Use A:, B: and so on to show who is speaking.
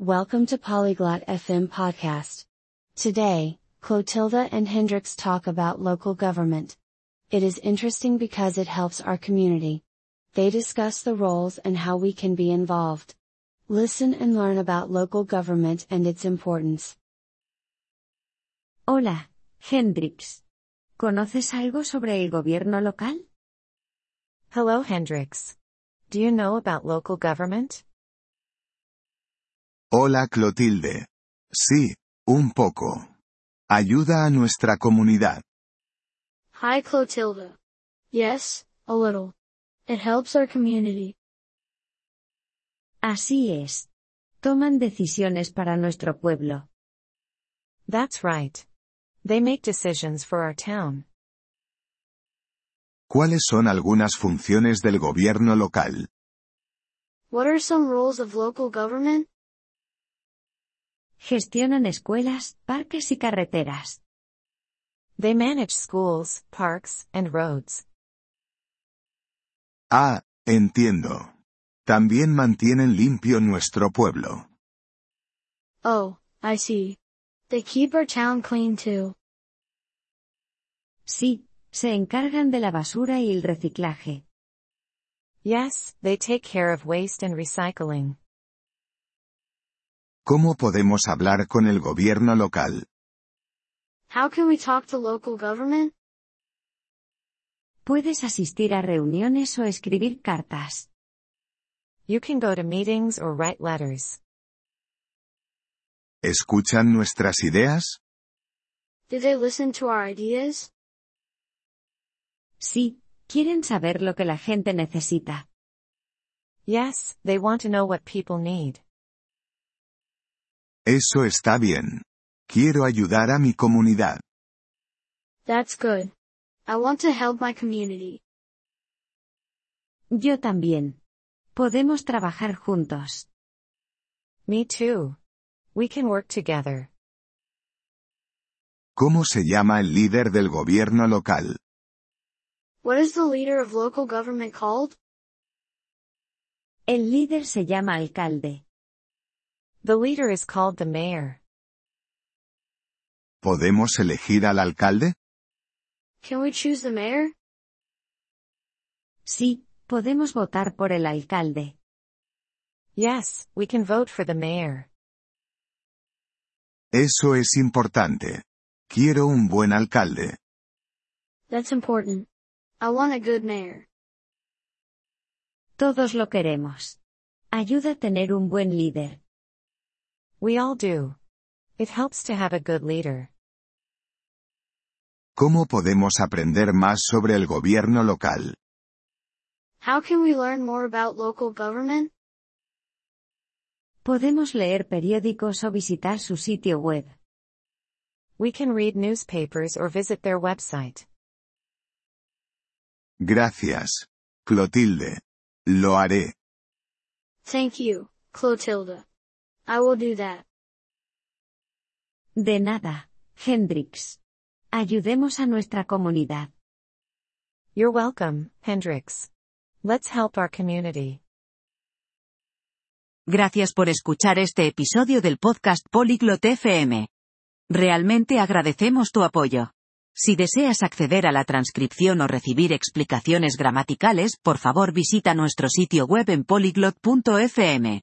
A: Welcome to Polyglot FM podcast. Today, Clotilda and Hendrix talk about local government. It is interesting because it helps our community. They discuss the roles and how we can be involved. Listen and learn about local government and its importance.
B: Hola, Hendrix. ¿Conoces algo sobre el gobierno local?
C: Hello, Hendrix. Do you know about local government?
D: Hola, Clotilde. Sí, un poco. Ayuda a nuestra comunidad.
E: Hi, Clotilda. Yes, a little. It helps our community.
B: Así es. Toman decisiones para nuestro pueblo.
C: That's right. They make decisions for our town.
D: ¿Cuáles son algunas funciones del gobierno local?
E: What are some roles of local government?
B: Gestionan escuelas, parques y carreteras.
C: They manage schools, parks, and roads.
D: Ah, entiendo. También mantienen limpio nuestro pueblo.
E: Oh, I see. They keep our town clean too.
B: Sí, se encargan de la basura y el reciclaje.
C: Yes, they take care of waste and recycling.
D: ¿Cómo podemos hablar con el gobierno local?
E: How can we talk to local government?
B: Puedes asistir a reuniones o escribir cartas.
C: You can go to meetings or write letters.
D: ¿Escuchan nuestras ideas?
E: Do they listen to our ideas?
B: Sí, quieren saber lo que la gente necesita.
C: Yes, they want to know what people need.
D: Eso está bien. Quiero ayudar a mi comunidad.
E: That's good. I want to help my community.
B: Yo también. Podemos trabajar juntos.
C: Me too. We can work together.
D: ¿Cómo se llama el líder del gobierno local?
E: What is the leader of local government called?
B: El líder se llama alcalde.
C: The leader is called the mayor.
D: ¿Podemos elegir al alcalde?
E: Can we choose the mayor?
B: Sí, podemos votar por el alcalde.
C: Yes, we can vote for the mayor.
D: Eso es importante. Quiero un buen alcalde.
E: That's important. I want a good mayor.
B: Todos lo queremos. Ayuda a tener un buen líder.
C: We all do. It helps to have a good leader.
D: ¿Cómo podemos aprender más sobre el gobierno local?
E: How can we learn more about local government?
B: Podemos leer periódicos o visitar su sitio web.
C: We can read newspapers or visit their website.
D: Gracias. Clotilde. Lo haré.
E: Thank you, Clotilda. I will do that.
B: De nada, Hendrix. Ayudemos a nuestra comunidad.
C: You're welcome, Hendrix. Let's help our community.
F: Gracias por escuchar este episodio del podcast Polyglot FM. Realmente agradecemos tu apoyo. Si deseas acceder a la transcripción o recibir explicaciones gramaticales, por favor visita nuestro sitio web en polyglot.fm.